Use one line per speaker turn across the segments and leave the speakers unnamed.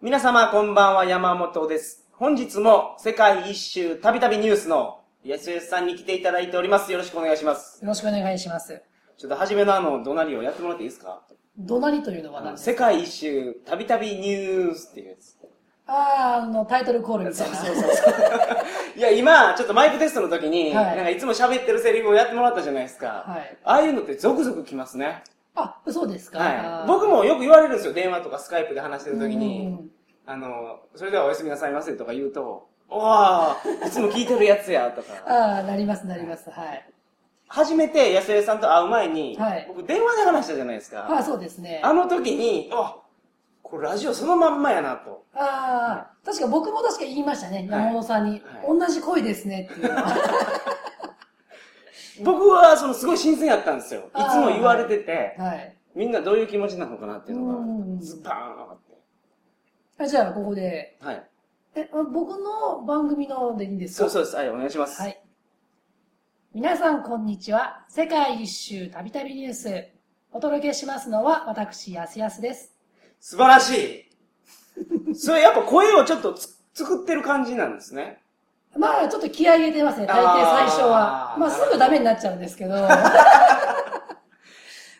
皆様こんばんは山本です。本日も世界一周たびたびニュースの SS さんに来ていただいております。よろしくお願いします。
よろしくお願いします。
ちょっと初めのあの、怒鳴りをやってもらっていいですか
怒鳴りというのは何です
世
か
界一周たびたびニュースっていうやつ。
あーあの、タイトルコールみたいな。
いや、今、ちょっとマイクテストの時に、
はい
なんかいつも喋ってるセリフをやってもらったじゃないですか。
はい
ああいうのってゾクゾクきますね。
あ、そうですか、
はい。僕もよく言われるんですよ。電話とかスカイプで話してる
の
時に。あの、それではおやすみなさいませとか言うと、おあ、いつも聞いてるやつや、とか。
ああ、なります、なります。はい。
初めて安江さんと会う前に、
はい
僕電話で話したじゃないです
あ
か。
あ、そうですね。
あの時に、あ、これラジオそのまんまやな、と。
ああ、確か僕も確か言いましたね。
はい
山本さんに、
は
同じ声ですねっていうのは。
僕は、その、すごい新鮮やったんですよ。い
あー
つも言われてて、
はい。
みんなどういう気持ちなのかなっていう
うんうんう
の
ん
が、ズバーン上がって。
あじゃあ、ここで。
はい。
え、あ僕の番組のでいいんです
そ
か
うそうです。はい、お願いします。
はい。皆さん、こんにちは。世界一周たびたびニュース。お届けしますのは、私、やすやすです。
素晴らしい。それやっぱ声をちょっとつ作ってる感じなんですね。
まあ、ちょっと気合い入れてますね。大抵最初
あ
は
ー。
まあ、すぐダメになっちゃうんです けど。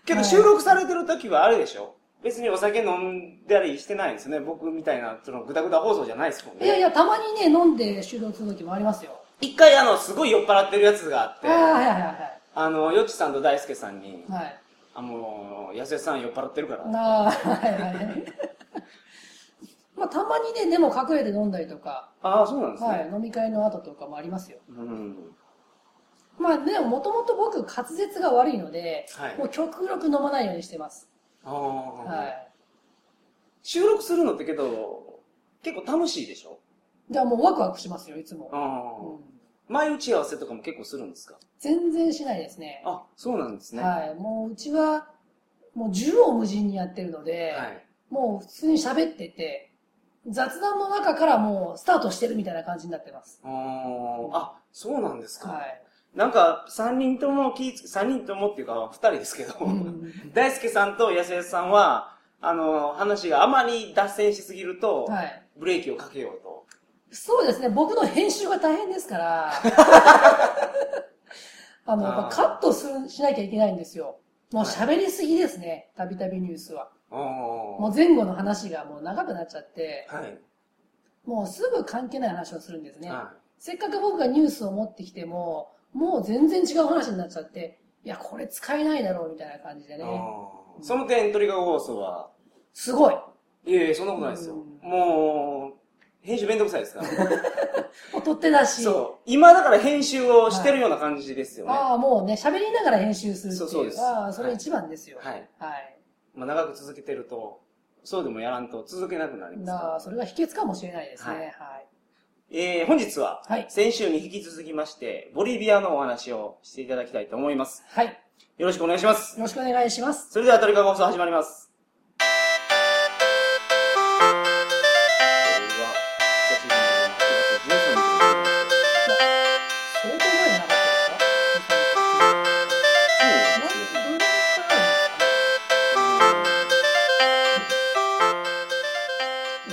けど
はい
収録されてる時はあれでしょ別にお酒飲んだりしてないんですね。僕みたいな、その、ぐだぐだ放送じゃないですもんね。
いやいや、たまにね、飲んで収録する時もありますよ。
一回あの、すごい酔っ払ってるやつがあっ
あ
て、
あ、
あ
はいはいはい
の、よっちさんと大輔さんに、
はい。はい。
あ、もう、安江さん酔っ払ってるから。
なあ、はいはい。 まあ、たまにね、でも隠れて飲んだりとか、
ああ、そうなんですね。
はい、飲み会の後とかもありますよ。
うん。
まあ、でも、もともと僕、滑舌が悪いので、
はい
もう極力飲まないようにしてます。
ああ、
はい。
収録するのってけど、結構楽しいでしょ
じゃあもうワクワクしますよ、いつも。
ああ、
うん
前打ち合わせとかも結構するんですか
全然しないですね。
あ、そうなんですね。
はい。もう、うちは、もう縦横無尽にやってるので、
はい
もう普通に喋ってて、雑談の中からもうスタートしてるみたいな感じになってます。
あーあ、そうなんですか。
はい。
なんか、三人とも気ぃつ、三人ともっていうか、二人ですけど、
うん
大輔さんと安江さんは、あの、話があまり脱線しすぎると、
はい。
ブレーキをかけようと。
そうですね、僕の編集が大変です から、あの、やっぱカットするしなきゃいけないんですよ。もう喋りすぎですね、たびたびニュースは。も
は
う前後の話がもう長くなっちゃって、
い。
もうすぐ関係ない話をするんですね。
は
せっかく僕がニュースを持ってきても、もう全然違う話になっちゃって、いや、これ使えないだろうみたいな感じ
い。
で
あ
ね。
ーその点、トリガー放送は、
すごい
いえいえ、そんなことないですよ。
うん
もう、編集めんどくさいですから。
もう取って出し。
そう。今だから編集をしてるような感じですよね。は
ああ、もうね、喋りながら編集するって
そ
いうう。
そうです
ああ、それ一番ですよ。
い。
はい。
まあ、長く続けてると、そうでもやらんと続けなくなりますから
なあ、それが秘訣かもしれないです
はい
ね。
えー、本日は
はい、
先週に引き続きまして、ボリビアのお話をしていただきたいと思います。
はい。はい。
よろしくお願いします。
よろしくお願いします。
それでは、トリカゴ放送始まります。これは久しぶりの8月13日そうですね
相当前じゃなかったですかなんどれくらい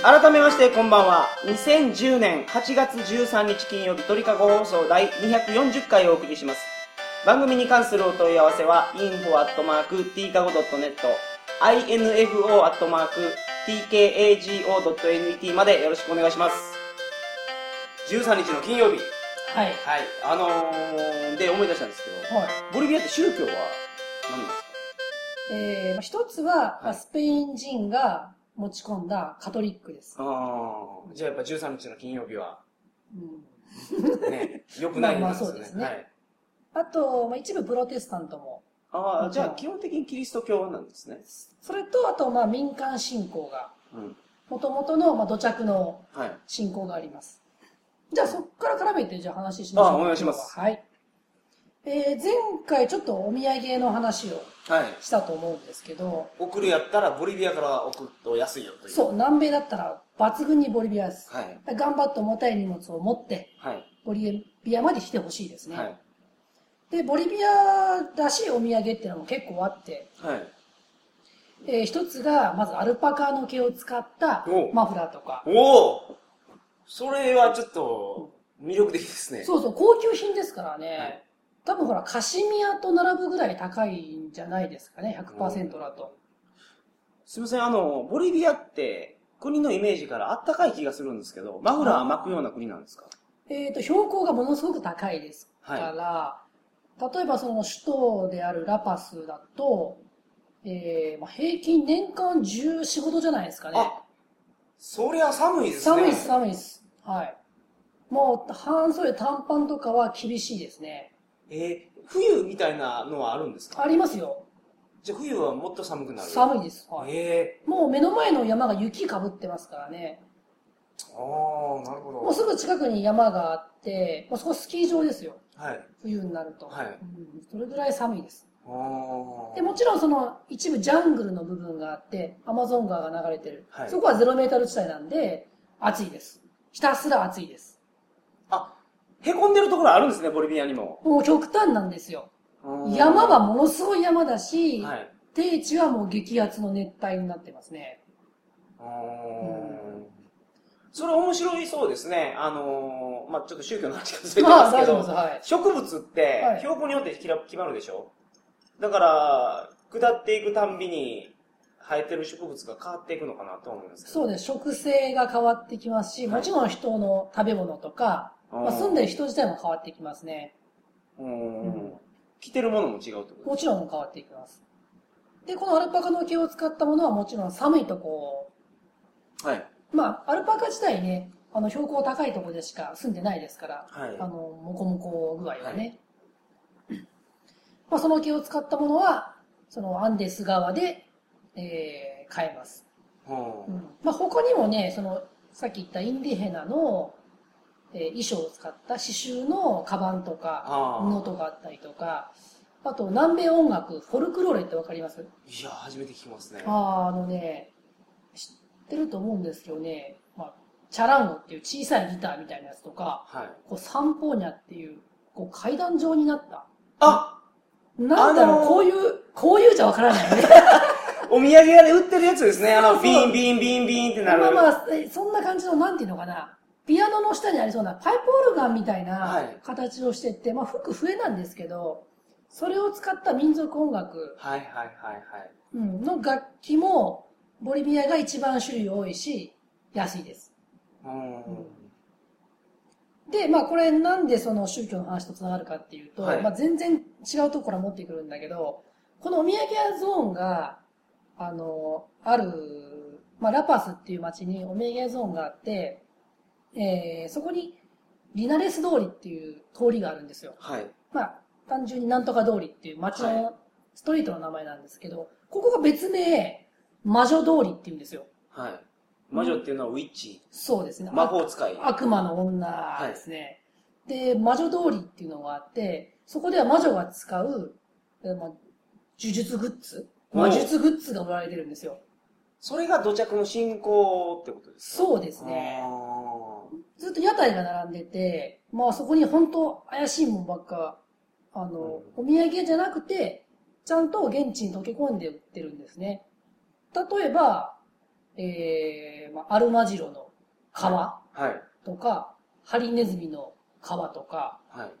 改めましてこんばんは2010年8月13日金曜日鳥かご放送第240回をお送りします番組に関するお問い合わせは info.tkago.net info.tkago.net までよろしくお願いします13日の金曜日
はい。は
は
い。
いあのー、で思い出したんですけどボリビアって宗教は何なんですか
えーまあ、一つは、ま
は
あ
い
スペイン人が持ち込んだカトリックです。
ああじゃあやっぱ13日の金曜日 は
うん
ね、よくない
まあまあ
こと
そうですね
はい、
あと、まあ、一部プロテスタントも。
ああ、
も
じ
ちろ
ゃ
ん
あ基本的にキリスト教なんですね。
それと、あと、まあ、民間信仰が、
うん。
もともとの、まあ、土着の
はい。
信仰があります。じゃあ、そこから絡めて、じゃあ話しましょう。
あお願いします
はい。えー前回ちょっとお土産の話を
はい。
したと思うんですけど、
送るやったらボリビアから送ると安いよという。
そう、南米だったら抜群にボリビアです。
はい。
頑張って重たい荷物を持って、
はい。
ボリビアまで来てほしいですね。
はい。
で、ボリビアらしいお土産っていうのも結構あって、
はい。
えー一つが、まずアルパカの毛を使った
お
マフラーとか。
おおそれはちょっと、魅力的ですね。
そうそう、高級品ですからね。
はい
多分ほら、カシミヤと並ぶぐらい高いんじゃないですかね、100%だと。
すみません、あの、ボリビアって、国のイメージからあったかい気がするんですけど、マフラー巻くような国なんですか
えっ、と、標高がものすごく高いですから、例えばその首都であるラパスだと、えーまあ、平均年間14、5度じゃないですかね。
あそりゃ寒いですね。
寒いです、寒いです。はい。もう、半袖短パンとかは厳しいですね。
えー冬みたいなのはあるんですか
ありますよ。
じゃあ冬はもっと寒くなる
寒いです。はい。
え
もう目の前の山が雪かぶってますからね。
えああ、なるほ
もうすぐ近くに山があって、もうそこスキー場ですよ。
ど。はい。
冬になると。
はい
うん、それぐらい寒いです。
ああ。
で、もちろんその一部ジャングルの部分があって、アマゾン川が流れてる。
はい
そこは0メートル地帯なんで、暑いです。ひたすら暑いです。
あ、へこんでるところあるんですね、ボリビアにも。
もう極端なんですよ。山はものすごい山だし、
はい。
低地はもう激アツの熱帯になってますね。
あーそれ面白いそうですね。あのー、まあちょっと宗教の話が続いて
ま
ま
あ
すけ
大丈夫
ど
です。、はい。
植物って
はい
標高によってきら決まるでしょだから、下っていくたんびに生えてる植物が変わっていくのかなと思うんですけど。
そうです。植生が変わってきますし、
はい
もちろん人の食べ物とか、まあ、住んでる人自体も変わってきますね。
うん
うん
着てるものも違うってこと
もちろん変わっていきます。で、このアルパカの毛を使ったものはもちろん寒いとこ
はい。
まあ、アルパカ自体ね、あの、標高高いとこでしか住んでないですから、
はい
あの、モコモコ具合はね。まあ、その毛を使ったものは、そのアンデス側で、えー、買えます。
うん
まあ、他にもね、その、さっき言ったインディヘナの、えー衣装を使った刺繍のカバンとか、
ああ。
布とかあったりとか、あと南米音楽、フォルクローレってわかります
いや、初めて聞きますね。
あーあのね、知ってると思うんですけどね、まあ、チャランゴっていう小さいギターみたいなやつとか、
はい。
こうサンポーニャっていう、こう階段状になった。
あ
なんだろう、
あのー
こういう、こういうじゃわからないよね。
お土産屋で売ってるやつですね。あ
そう
の、
そ
ビ
う
ーンビーンビーンビーンって な
まあ
る。
まあ、えそんな感じの、なんていうのかな、ピアノの下にありそうなパイプオルガンみたい
は
ない形をしてて、まあ、服笛なんですけど、それを使った民族音楽
はいはいはいはい。
うんの楽器も、ボリビアが一番種類多いし、安いです。
うん
で、まあこれなんでその宗教の話とつながるかっていうと、
はい
まあ全然違うところから持ってくるんだけど、このお土産屋ゾーンが、あの、ある、まあラパスっていう街にお土産屋ゾーンがあって、えー、そこにリナレス通りっていう通りがあるんですよ。
はい。
まあ単純になんとか通りっていう街
は
のストリートの名前なんですけど、ここが別名、魔女通りっていうんですよ。
はい。魔女っていうのはウィッチ。
そうですね。
魔法使い。
悪魔の女ですね。で、魔女通りっていうのがあって、そこでは魔女が使う、えーまあ、呪術グッズ
お
魔術グッズが売られてるんですよ。
それが土着の信仰ってことです
そうで
です
ね。ずっと屋台が並んでて、まあそこに本当怪しいもんばっか、あの、お土産じゃなくて、ちゃんと現地に溶け込んで売ってるんですね。例えば、えー、まあ、アルマジロの皮
はい。
とか、ハリネズミの皮とか、
はい。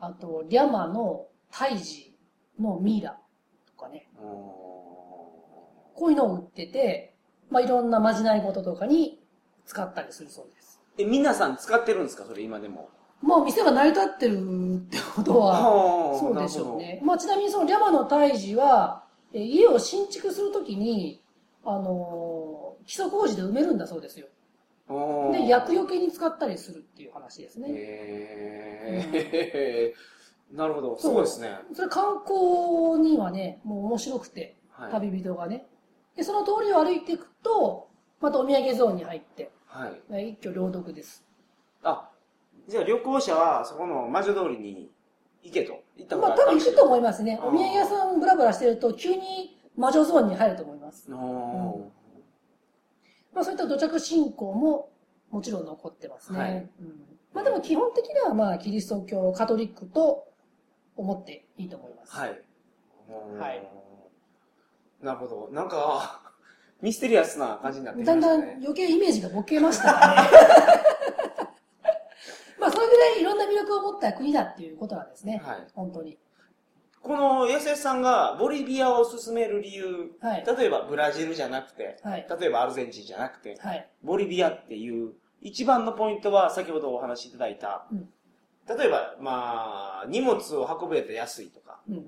あと、リャマの胎児のミイラとかね、こういうのを売ってて、まあ、いろんなまじない事とかに使ったりするそうです。
え、皆さん使ってるんですかそれ今でも。
まあ、店が成り立ってるってことは、
あ
そうでしょうね。まあ、ちなみにそのリャマの胎児は、えー家を新築するときに、あのー基礎工事で埋めるんだそうですよ。
なるほど。
で、薬除けに使ったりするっていう話ですね。
へー なるほど。
そう
そうですね。
それ観光にはね、もう面白くて、
はい。
旅人がね。で、その通りを歩いていくと、またお土産ゾーンに入って、
はい。
え一挙両得です。
あ、じゃあ旅行者はそこの魔女通りに行けと。行った方
まあ
が
多分行くと思
い
いますね。
あー
お土産屋さんブラブラしてると、急に魔女ゾーンに入ると思います。
ます。お
まあそういった土着信仰ももちろん残ってますね。
はい
うんまあでも基本的にはまあキリスト教、カトリックと思っていいと思います。
ーはい。
はい
おー。なるほど。なんか、 ミステリアスな感じになってきまし
だん
た
だ
ね。
ん余計イメージがボケ ましたね。まあ、それぐらいいろんな魅力を持った国だっていうことなんですね。
はい。
本当に。
この安江さんがボリビアを勧める理由、
はい。
例えばブラジルじゃなくて、
はい。
例えばアルゼンチンじゃなくて、
はい。
ボリビアっていう、一番のポイントは先ほどお話しいただいた、
うん
例えば、まあ、荷物を運べて安いとか、
うん。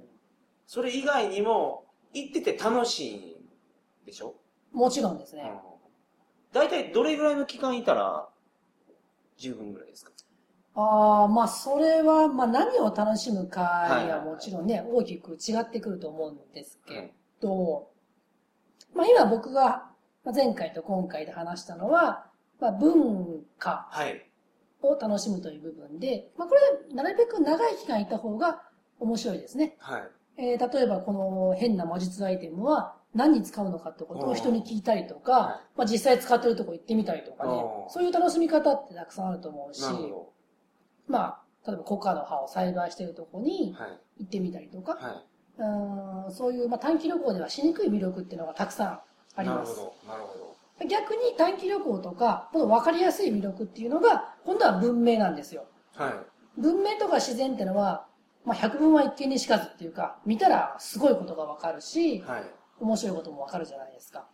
それ以外にも、行ってて楽しいんでしょ、
もちろんです
う
ね。
ん、大体どれぐらいの期間いたら、十分ぐらいですか
ああ、まあ、それは、まあ、何を楽しむか
はい
に
はいは
は
い
もちろんね、大きく違ってくると思うんです
う
け
ん
ど、まあ、今僕がまあ前回と今回で話したのは、まあ、文化
はい。
を楽しむという部分で、まあ、これ、なるべく長い期間いた方が面白いですね。
はい。
えー例えばこの変な魔術アイテムは何に使うのかってこと
うん
を人に聞いたりと
は
か、まあ、実際使ってるとこ行ってみたりとかね
う、ん
そういう楽しみ方ってたくさんあると思うし
な、るほ
まあ、例えばコカの葉を栽培してるとこ
ど。
に
はい。
行ってみたりとか、
は
うーんそういうまあ短期旅行ではしにくい魅力っていうのがたくさんあ
い。
り
なる
ます。
ほど。なるほど。
逆に短期旅行とか、この分かりやすい魅力っていうのが、今度は文明なんですよ。
はい。
文明とか自然ってのは、まあ、百聞は一見にしかずっていうか、見たらすごいことがわかるし、
はい。
面白いこともわかるじゃないですか。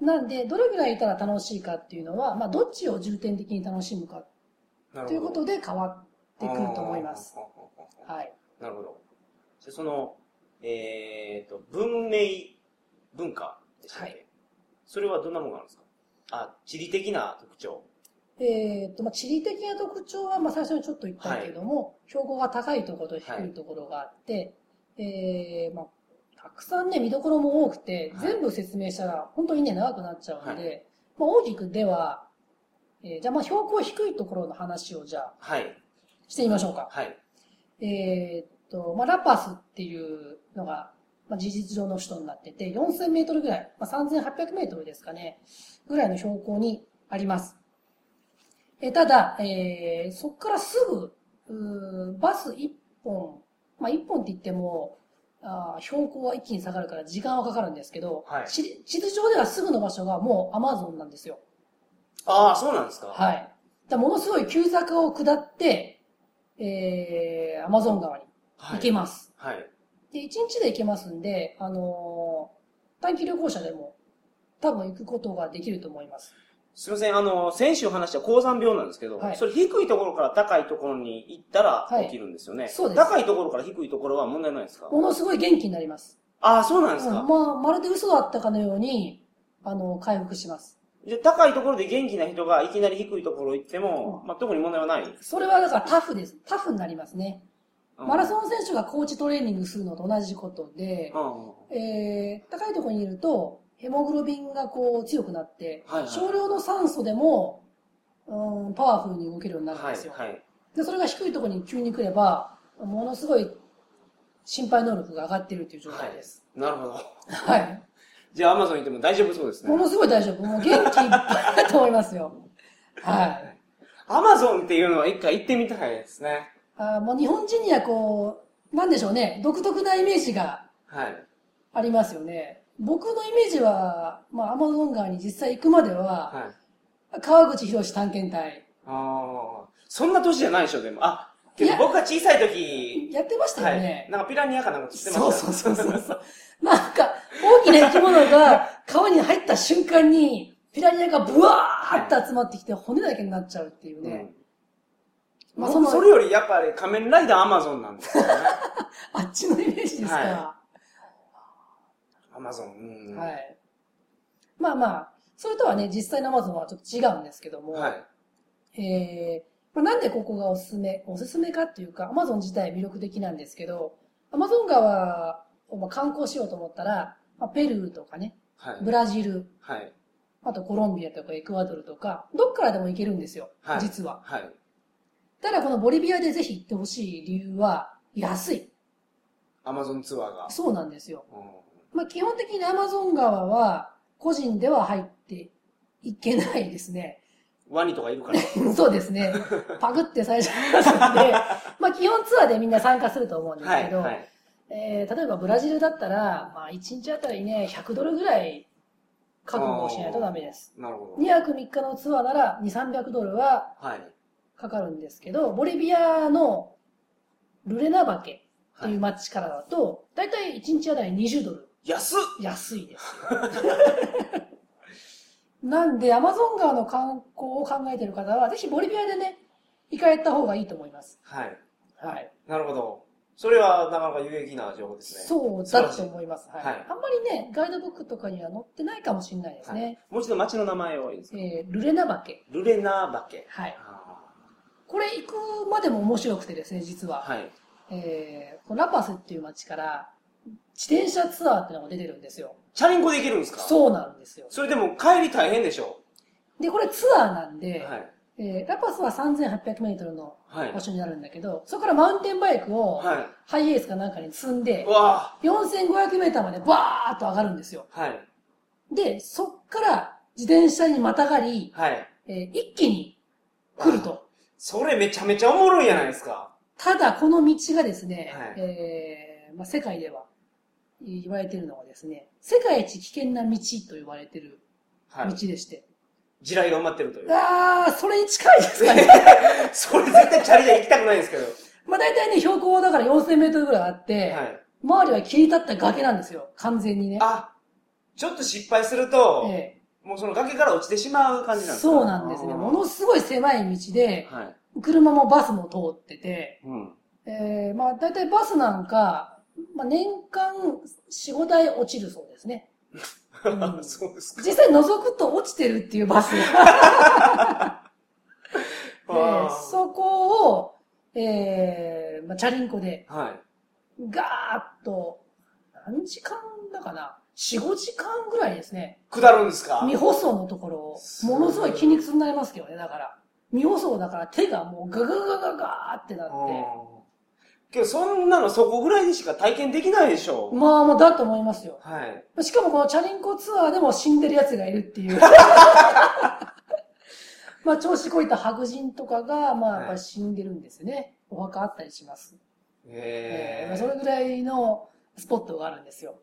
なんで、どれぐらいいたら楽しいかっていうのは、まあ、どっちを重点的に楽しむか
なるほど。
ということで変わってくると思います。
あー。
はい。
なるほど。じゃあその、えっ、と、文明、文化でしたっけ、
は
それはどんなものがあるんですかあ、地理的な特徴。
えっと、まあ、地理的な特徴は、まあ、最初にちょっと言ったけれども、標高が高いところと低いところがあって、えーまあ、たくさんね、見どころも多くて、
はい
全部説明したら、本当にね、長くなっちゃうんで、
は
まあ、大きくでは、えーじゃあ、まあ、標高低いところの話を、じゃあ、
はい。
してみましょうか。
はい。
えーっと、まあ、ラパスっていうのが、まあ、事実上の首都になってて、4000メートルぐらい、まあ、3800メートルですかね、ぐらいの標高にあります。えーただ、えーそこからすぐ、うーバス1本、まあ、1本って言っても、あー標高は一気に下がるから時間はかかるんですけど、
はい
地地図上ではすぐの場所がもうアマゾンなんですよ。
ああ、そうなんですかい。
はい。だからものすごい急坂を下って、えーアマゾン川に
は
行
い。
けます。
はい。
で、1日で行けますんで、あのー短期旅行者でも多分行くことができると思います。
すいません、あの、先週話した高山病なんですけど、
はい
それ低いところから高いところに行ったら
はい
起きるんですよね。
そうです
高いところから低いところは問題ないですか
ものすごい元気になります。
ああ、そうなん
う
です
ん、
か、
まあ、まるで嘘だったかのように、あの、回復します。
じゃあ高いところで元気な人がいきなり低いところ行っても、
う
まあ、特に問題はない。
それはだからタフです。タフになりますね。マラ
ン
ソン選手がコーチトレーニングするのと同じことで、
うんうん
えー高いところにいると、ヘモグロビンがこう強くなって、
はいはい
少量の酸素でも、うん、パワフルに動けるようになるん
は
で
い
すよ。、
はい。
で、それが低いところに急に来れば、ものすごい心配能力が上がってるという状態です。
なるほど。
はい。
じゃあ、アマゾン行っても大丈夫そうです
も
ね。
のすごい大丈夫。もう元気いっぱいだと思いますよ。はい。
アマゾンっていうのは一回行ってみたいですね。
あーもう日本人にはこう、なんでしょうね、独特なイメージが
はい。
ありますよね。僕のイメージは、まあ、アマゾン川に実際行くまでは、
はい。
川口博士探検隊、
ああ。そんな年じゃないでしょ、でも。あ、け
い
ど
や
僕が小さい時、
やってました
は
よ
い。
ね。
なんかピラニアかなんか釣ってま
そう
した。
そうそうそうそう。なんか、大きな生き物が川に入った瞬間に、ピラニアがブワーって集まってきて骨だけになっちゃうっていう
う
ね。
ん。ま
まあ
あ、
その
それよりやっぱり仮面ライダーアマゾンなんですよね。
あっちのイメージですか
は。アマゾン。うん。
は。い。まあまあ、それとはね、実際のアマゾンはちょっと違うんですけども、
はい。
えーまあ、なんでここがおすすめ、おすすめかっていうか、アマゾン自体魅力的なんですけど、アマゾン川をまあ観光しようと思ったら、まあ、ペルーとかね、
はい。
ブラジル、
はい。
あとコロンビアとかエクアドルとか、どっからでも行けるんですよ、
はい
実は。
はい。
ただこのボリビアでぜひ行ってほしい理由は、安い。
アマゾンツアーが。
そうなんですよ。
うん
まあ、基本的にアマゾン川は、個人では入っていけないです ね。
ワニとかいるから。
そうですね。 パクって最初に話すんで、まあ、基本ツアーでみんな参加すると思うんです
は
け
い。
ど、
はい。
えー例えばブラジルだったら、まあ、1日あたりね、100ドルぐらい覚悟をしないとダメです。
なるほど
2。泊3日のツアーなら2、300ドルは
はい。
かかるんですけど、ボリビアのルレナバケって
はいい、
う町からだと、だいたい1日あたり20ドル
安っ
安い ですよ。なんで、アマゾン川の観光を考えてる方は、ぜひボリビアでね、行かれた方がいいと思います。
はい。
はい。
なるほど。それはなかなか有益な情報ですね。
そうだと思います。はい。
はい
あんまりね、ガイドブックとかには載ってないかもしれないですね。
もう一度町の名前をいいですか
えールレナバケ。
ルレナーバケ。
はい。
あ
これ行くまでも面白くてですね、実
ー
は。
はい。
えーこのラパスっていう街から、自転車ツアーってのが出てるんですよ。
チャリンコで行けるんですかう。
そうなんですよ。
それでも帰り大変でしょ
で、これツアーなんで、
はい。
えーラパスは3800メートルの
はい。
場所になるんだけど、そこからマウンテンバイクを
は
ハイエースかなんかに積ん
い。
で
う、わ
4500メーターまでバーッと上がるんですよ。
ーはい。
で、そっから自転車にまたがり、
はい。
えー一気に来ると。
それめちゃめちゃおもろいじゃないですか。
ただ、この道がですね、
はい
えーまあ、世界では言われているのはですね、世界一危険な道と言われている
は
道
い。
でして。
地雷が埋まってるという。
あー、それに近いですかね。
それ絶対チャリで行きたくないんですけど。
まあ大体ね、標高だから4000メートルぐらいあって、
はい。
周りは切り立った崖なんですよ。完全にね。
あ、ちょっと失敗すると、
え
もうその崖から落ちてしまう
え
感じなんですか
そうなんですね。ものすごい狭い道で、
はい。
車もバスも通ってて、
うん。
えー、まあ大体バスなんか、まあ年間4、5台落ちるそうですね。うん
そうですか。
実際覗くと落ちてるっていうバスが。 で
あー
そこを、えー、まあチャリンコで、
はい。
ガーッと、何時間だかな ?4、5時間ぐらいですね。
下るんですか
未舗装のところを、ものすごい筋肉痛になりますけどね、だから。未舗装だから手がもうガガガガガーってなっ。
うんけどそんなのそこぐらいでしか体験できないでしてょ。
まあもうだと思いますよ。
はい。
しかもこのチャリンコツアーでも死んでる奴がいるっていう。 まあ調子こいた白人とかが、まあやっぱり死んでるんですよね。お墓あったりします。えー
え
まあ
ー
それぐらいのスポットがあるんですよ。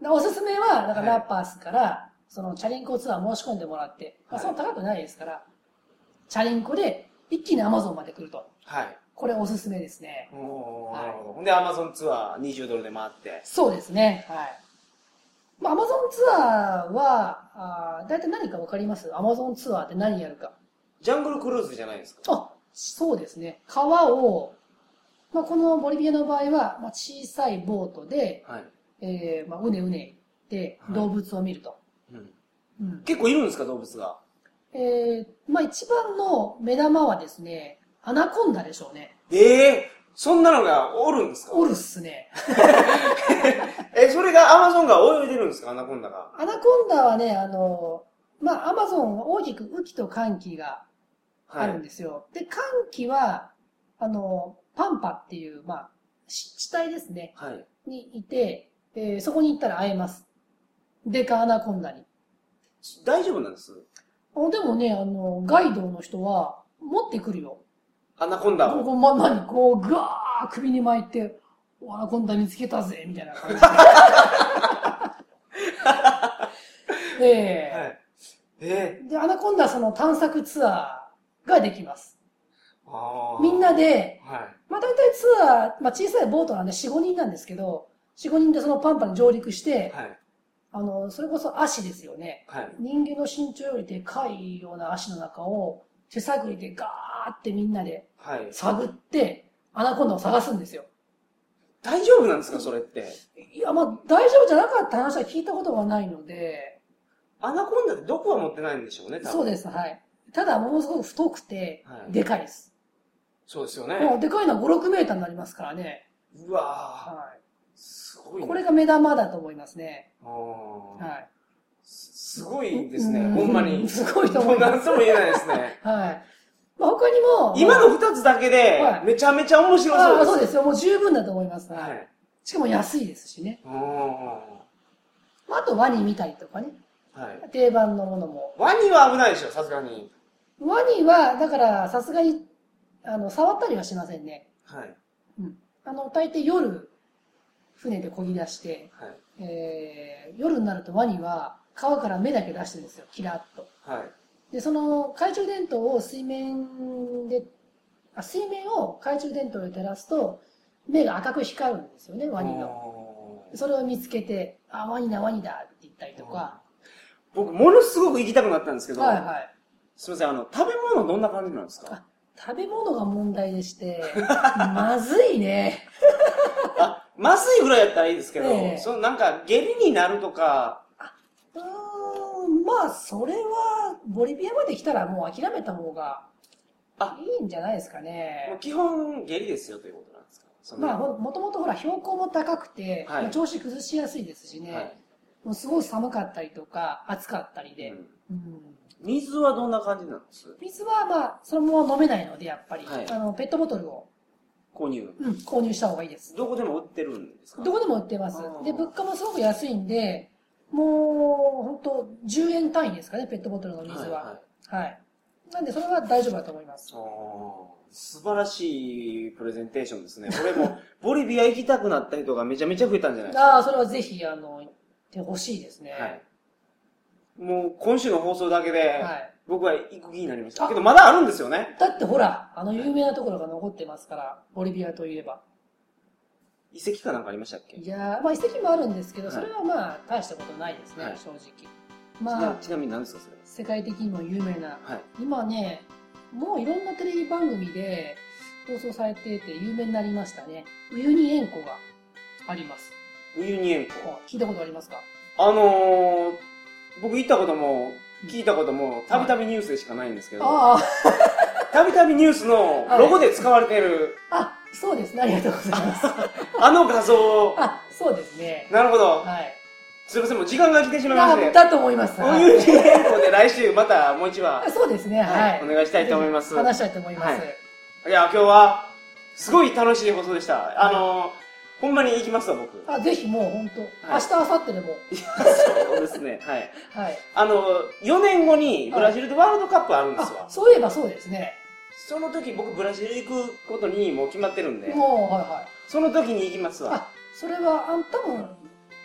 でおすすめは、だから
はい
ラッパースから、そのチャリンコツアー申し込んでもらって、まあ、
は
そ
い
んな高くないですから、チャリンコで一気にアマゾンまで来ると。
はい。
これおすすめですね。
おー
はい
なるほど。ほんで、アマゾンツアー20ドルで回って。
そうですね。はい。まあ、アマゾンツアーは、あー大体何かわかりますアマゾンツアーって何やるか。
ジャングルクルーズじゃないですか。
あ、そうですね。川を、まあ、このボリビアの場合は、まあ、小さいボートで、
はい。
えー、まあ、うねうね行って
はい
動物を見ると。
うん
うん。
結構いるんですか、動物が。
えー、まあ、一番の目玉はですね、アナコンダでしょうね。
ええそんなのがおるんですか
おるっすね。
え、それがアマゾンが泳いでるんですかアナコンダが。
アナコンダはね、あの、まあ、アマゾンは大きく雨季と寒季があるんですよ。で、寒気は、あの、パンパっていう、まあ、湿地帯ですね、
はい。
にいて、えーそこに行ったら会えます。デカアナコンダに。
大丈夫なんです
あでもね、あの、ガイドの人は、持ってくるよ。
アナコンダ
こ
を。
こま、何こう、ぐわー首に巻いて、おアナコンダ見つけたぜ、みたいな感 じで。ええ
はい。え
で、アナコンダはその探索ツアーができます。
ー、あー
みんな。で、
はい。
まあ大体ツアー、まあ小さいボートなんで4、5人なんですけど、4、5人でそのパンパに上陸して、
はい。
あの、それこそ足ですよね。
はい。
人間の身長よりでかいような足の中を手探りでガーってみんなで
はい。
探って、アナコンダを探すんですよ。
大丈夫なんですかそれって。
いや、まあ大丈夫じゃなかった話は聞いたことがないので、
アナコンダってどこは持ってないんでしょうね、多分
そうです、はい。ただ、ものすごく太くて
は、い
でかいです。
そうですよ
も
ね。
うでかいのは5、6メーターになりますからね。
うわ
は
ぁ、すごい
い。
な。
これが目玉だと思いますね。
あー
はい。
すすごいですね、
う
ほんまに。
すごいと
も
思
う
います。
なんとも言えないですね。
はい。まあ、他にも、
今
ま
の二つだけで
はい、
めちゃめちゃ面白
あ、あ
そうです。
あそうですよ。もう十分だと思います。は。
はいい。
しかも安いですしね。
おー
まあ、あとワニ見たりとかね。
はい。
定番のものも。
ワニは危ないでしょ、さすがに。
ワニは、だから、さすがに、あの、触ったりはしませんね。
はい。
あの、大抵夜、船で漕ぎ出して、
はい。
えー夜になるとワニは川から目だけ出してるんですよ、キラッと。
はい。
で、その懐中電灯を水面で、あ水面を懐中電灯で照らすと、目が赤く光るんですよね、ワニの。
おー
それを見つけて、あ、ワニだ、ワニだって言ったりとか。
僕、ものすごく行きたくなったんですけど、
はいはい。
すみません、あの、食べ物どんな感じなんですか
あ食べ物が問題でして、まずいね。
あ、まずいぐらいやったらいいですけど、
ええ
そのなんか、下痢になるとか、
うーん、まあ、それは、ボリビアまで来たらもう諦めた方が
あ
いいんじゃないですか
もう
ね。
基本下痢ですよということなんですかその
まあ、ほんもともとほら、標高も高くて、
はい
まあ調子崩しやすいですしね、
はい
もうすごい寒かったりとか、暑かったりで、
うん
うん
水はどんな感じなんです
水はまあ、そのまま飲めないので、やっぱり、
はい
あのペットボトルを、
購入。
うん購入した方がいいです。
どこでも売ってるんですか
どこでも売ってます
あー。
で、物価もすごく安いんで、もう、本当10円単位ですかね、ペットボトルの水は。
い
はいなんで、それは大丈夫だと思います。
あー素晴らしいプレゼンテーションですね。これ も、ボリビア行きたくなった人がめちゃめちゃ増えたんじゃないですか
ああ、それはぜひ、あの、行ってほしいですね。
はい。もう今週の放送だけで、
はい
僕は行く気になりました。
あ
けどまだあるんですよね。
だってほら、あの有名なところが残ってますから、ボリビアといえば。
遺跡かなんかありましたっけ
いやー、まあ遺跡もあるんですけど、
はい
それはまあ大したことないですね、
はい
正直。まあ、
ちなみに何ですかそれ
世界的にも有名な。
は。はい。
今ね、もういろんなテレビ番組で放送されてて有名になりましたね。ウユニ塩湖があります。
ウユニ塩湖。
お聞いたことありますか
あのー、僕行ったことも、聞いたことも、たびたびニュースでしかないんですけど、
ああ、
たびたびニュースのロゴで使われてる、
あ、そうですね。ありがとうございます。
あの画像。
あ、そうですね。
なるほど。
はい。
すいません、もう時間が来てしまいま
あ
して。
だと思います。
ウ
はい
ユニ塩湖で来週またもう一話
あ、そうですね。はい。
お願いしたいと思います。
ぜひ話したいと思います。
はいいや、今日は、すごい楽しい放送でした。あのー、ほんまに行きますわ、僕。
あ、ぜひもう本当、
はい
明日、明後日でも、
そうですね。はい。
はい。
あのー、4年後にブラジルでワールドカップあるんですわ。
あ、そういえばそうですね。
その時僕ブラジル行くことにもう決まってるんで、
もう、はいはい。
その時に行きますわ。
あ、それは、あん、多分、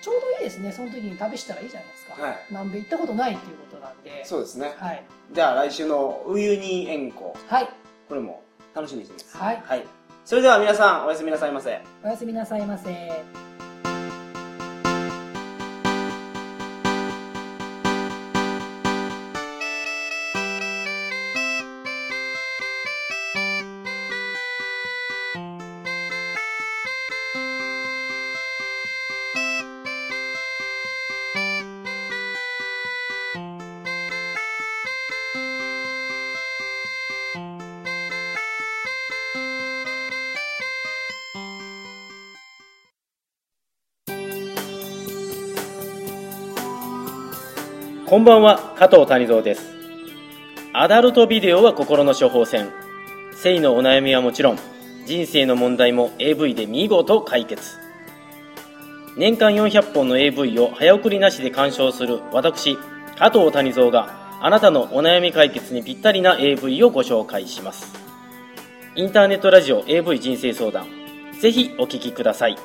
ちょうどいいですね。その時に旅したらいいじゃないですか。
はい
南米行ったことないっていうことなんで。
そうですね。
はい。
じゃあ来週のウユニ塩湖、
はい。
これも楽しみにしてます。
はい。
はい。それでは皆さん、おやすみなさいませ。
おやすみなさいませ。
こんばんは、加藤谷蔵です。アダルトビデオは心の処方箋。性のお悩みはもちろん、人生の問題も AV で見事解決。年間400本の AV を早送りなしで鑑賞する私、加藤谷蔵があなたのお悩み解決にぴったりな AV をご紹介します。インターネットラジオ AV 人生相談。ぜひお聞きください。